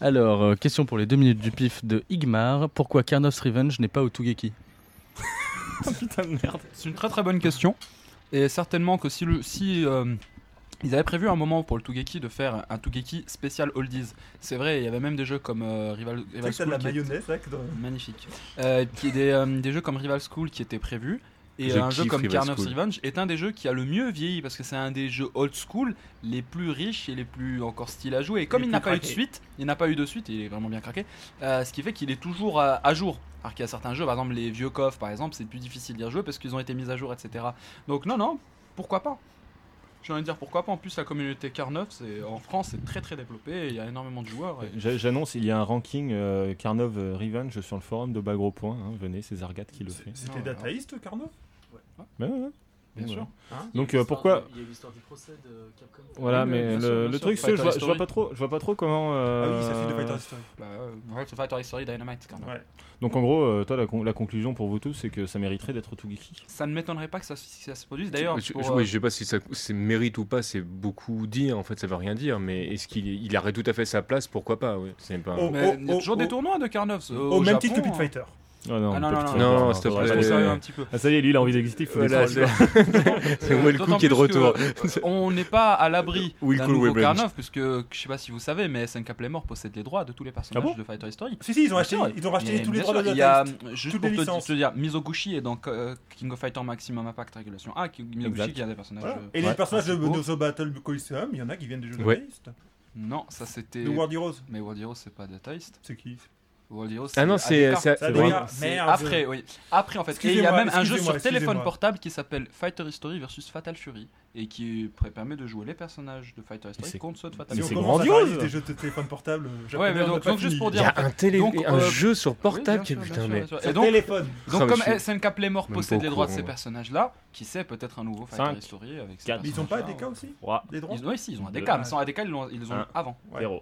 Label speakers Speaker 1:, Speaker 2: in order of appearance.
Speaker 1: Alors, euh, question pour les deux minutes du pif de Igmar. Pourquoi Carnof's Revenge n'est pas au Tougeki
Speaker 2: Putain de merde. C'est une très très bonne question. Et certainement que si, le, si euh, ils avaient prévu un moment pour le Tougeki de faire un Tougeki spécial oldies, c'est vrai, il y avait même des jeux comme euh, Rival,
Speaker 3: Tu sais
Speaker 2: Rival
Speaker 3: que t'as
Speaker 2: School.
Speaker 3: de la
Speaker 2: qui est-
Speaker 3: mayonnaise là que dans-
Speaker 2: Magnifique. Euh, qui, des, euh, des jeux comme Rival School qui étaient prévus. Et euh,
Speaker 4: Je
Speaker 2: un jeu
Speaker 4: kiffe
Speaker 2: comme
Speaker 4: Rival
Speaker 2: Carnage
Speaker 4: School.
Speaker 2: Revenge est un des jeux qui a le mieux vieilli parce que c'est un des jeux old school les plus riches et les plus encore style à jouer. Et comme
Speaker 3: Les
Speaker 2: il n'a
Speaker 3: plus
Speaker 2: pas eu de
Speaker 3: craqués.
Speaker 2: suite, il n'a pas eu de suite, il est vraiment bien craqué, euh, ce qui fait qu'il est toujours euh, à, à jour. Alors qu'il y a certains jeux, par exemple les vieux coffres, par exemple, c'est plus difficile d'y rejouer parce qu'ils ont été mis à jour, etc. Donc non, non, pourquoi pas J'ai envie de dire pourquoi pas. En plus, la communauté Carnage, c'est en France, c'est très très développé, et il y a énormément de joueurs. et-
Speaker 4: J'a- J'annonce, il y a un ranking euh, Carnov euh, Revenge sur le forum de Bagro Point. hein. venez, c'est Zargat qui le fait.
Speaker 3: C'est- C'était
Speaker 2: Non,
Speaker 3: dataïste, Carnot
Speaker 4: Ouais, ouais, ouais.
Speaker 2: Bien
Speaker 4: Ouais.
Speaker 2: sûr. Hein,
Speaker 4: Donc, euh, pourquoi
Speaker 1: Il y a l'histoire du procès de Capcom.
Speaker 4: Voilà,
Speaker 2: Oui, oui,
Speaker 4: mais
Speaker 2: bien
Speaker 4: le,
Speaker 2: sûr, bien
Speaker 4: le
Speaker 2: sûr, Fighter
Speaker 4: truc, c'est que je vois, je vois
Speaker 2: History.
Speaker 4: pas trop, je vois pas trop comment.
Speaker 3: Ah oui, ça
Speaker 4: euh,
Speaker 3: fait de Fighter Story.
Speaker 2: Bah, euh, ouais, c'est Fighter History Dynamite, quand même.
Speaker 3: Ouais.
Speaker 4: Donc en gros, euh, toi, la, con- la conclusion pour vous tous, c'est que ça mériterait d'être au Tougeki.
Speaker 2: Ça ne m'étonnerait pas que ça, si ça se produise. D'ailleurs,
Speaker 4: Je-
Speaker 2: pour,
Speaker 4: je-
Speaker 2: euh,
Speaker 4: oui,
Speaker 2: ouais,
Speaker 4: je-
Speaker 5: Je sais pas si ça c'est mérite ou pas, c'est beaucoup dire, en fait ça veut rien dire, mais est-ce qu'il il aurait tout à fait sa place, pourquoi pas ouais. C'est pas...
Speaker 3: Oh,
Speaker 2: mais il y a
Speaker 3: oh,
Speaker 2: euh, toujours
Speaker 3: oh,
Speaker 2: des
Speaker 3: oh.
Speaker 2: tournois de Carnovs. Au,
Speaker 3: Au même
Speaker 2: Japon,
Speaker 3: titre que Pit
Speaker 2: hein.
Speaker 3: Fighter.
Speaker 4: Ah non,
Speaker 2: Ah non,
Speaker 4: on peut
Speaker 2: non,
Speaker 4: plus
Speaker 2: non,
Speaker 4: faire
Speaker 5: non,
Speaker 4: ça,
Speaker 5: s'il te
Speaker 4: faudrait
Speaker 5: plaît.
Speaker 2: Restons
Speaker 4: pas-
Speaker 2: sérieux un petit peu.
Speaker 4: Ah ça y est, lui, il a envie d'exister, il faut
Speaker 5: Voilà,
Speaker 4: les troller.
Speaker 5: C'est où est le coup
Speaker 2: D'autant
Speaker 5: qui est de
Speaker 2: plus que,
Speaker 5: retour
Speaker 2: euh, On n'est pas à l'abri
Speaker 5: Will
Speaker 2: d'un
Speaker 5: Cool
Speaker 2: nouveau
Speaker 5: Revenge.
Speaker 2: Carnov, puisque je sais pas si vous savez, mais SNK Playmore possède les droits de tous les personnages
Speaker 4: Ah bon
Speaker 2: de Fighter History.
Speaker 3: Si, si, ils ont acheté,
Speaker 2: Bien sûr,
Speaker 3: ils ont racheté
Speaker 2: Mais
Speaker 3: tous les
Speaker 2: bien
Speaker 3: droits de
Speaker 2: sûr, Ah, Il y a, euh,
Speaker 3: dataïste.
Speaker 2: juste
Speaker 3: toutes
Speaker 2: pour
Speaker 3: les
Speaker 2: te,
Speaker 3: licences.
Speaker 2: te dire, Mizoguchi est dans euh, King of Fighter Maximum Impact Régulation A, qui- Mizoguchi
Speaker 4: Exact.
Speaker 2: qui est un des personnages.
Speaker 3: Voilà.
Speaker 2: euh,
Speaker 3: Et les
Speaker 4: Ouais.
Speaker 3: personnages de
Speaker 2: principaux.
Speaker 3: Nozo Battle Coliseum, il y en a qui viennent des jeux
Speaker 5: Ouais.
Speaker 3: dataïstes.
Speaker 2: Non, ça c'était.
Speaker 3: De World Heroes,
Speaker 2: Mais World Heroes, c'est pas Dataist.
Speaker 3: c'est qui
Speaker 2: World Heroes,
Speaker 5: Ah non, c'est...
Speaker 2: Adekar.
Speaker 5: c'est-
Speaker 3: Ça,
Speaker 4: vrai.
Speaker 3: des
Speaker 5: oui.
Speaker 3: gars,
Speaker 2: Ah, C'est
Speaker 3: merde.
Speaker 2: Après, oui. Après, en fait. Et il y a
Speaker 3: Excusez-moi,
Speaker 2: même un jeu
Speaker 3: excusez-moi,
Speaker 2: sur téléphone
Speaker 3: excusez-moi.
Speaker 2: portable qui s'appelle Fighter History versus Fatal Fury et qui pr- permet de jouer les personnages de Fighter
Speaker 4: c'est-
Speaker 2: History contre ceux de Fatal
Speaker 3: Si
Speaker 4: Mais
Speaker 3: on
Speaker 4: c'est
Speaker 2: Fury.
Speaker 3: commence à
Speaker 4: grandiose.
Speaker 3: parler des jeux de téléphone portable euh, japonais,
Speaker 2: Ouais, mais
Speaker 3: on
Speaker 2: donc-
Speaker 3: n'a pas
Speaker 2: donc juste
Speaker 3: fini.
Speaker 2: pour
Speaker 5: Il
Speaker 2: dire-
Speaker 5: y a un, télé...
Speaker 2: Donc,
Speaker 5: un
Speaker 2: euh,
Speaker 5: jeu sur
Speaker 2: Oui, bien
Speaker 5: portable, qui
Speaker 2: sûr, bien
Speaker 5: putain,
Speaker 2: sûr,
Speaker 5: mais...
Speaker 2: bien sûr.
Speaker 3: Sur
Speaker 2: Et donc,
Speaker 3: téléphone.
Speaker 2: donc
Speaker 5: mais
Speaker 2: comme
Speaker 5: je suis
Speaker 2: SNK Playmore
Speaker 5: même hein.
Speaker 2: possède
Speaker 5: pas
Speaker 2: les
Speaker 5: au
Speaker 2: droits de
Speaker 5: courant,
Speaker 2: ces
Speaker 5: moi.
Speaker 2: personnages-là, qui sait peut-être un nouveau Fighter
Speaker 4: Cinq,
Speaker 2: History avec ces
Speaker 4: quatre,
Speaker 3: Mais ils ont pas ADK
Speaker 2: personnages-là,
Speaker 3: aussi
Speaker 4: Ouah,
Speaker 3: Des droits
Speaker 2: ils, Oui, si, ils ont ADK,
Speaker 4: Deux.
Speaker 2: mais sans ADK, ils l'ont- ils les ont
Speaker 4: Un.
Speaker 2: avant.
Speaker 3: Ouais.
Speaker 4: zéro.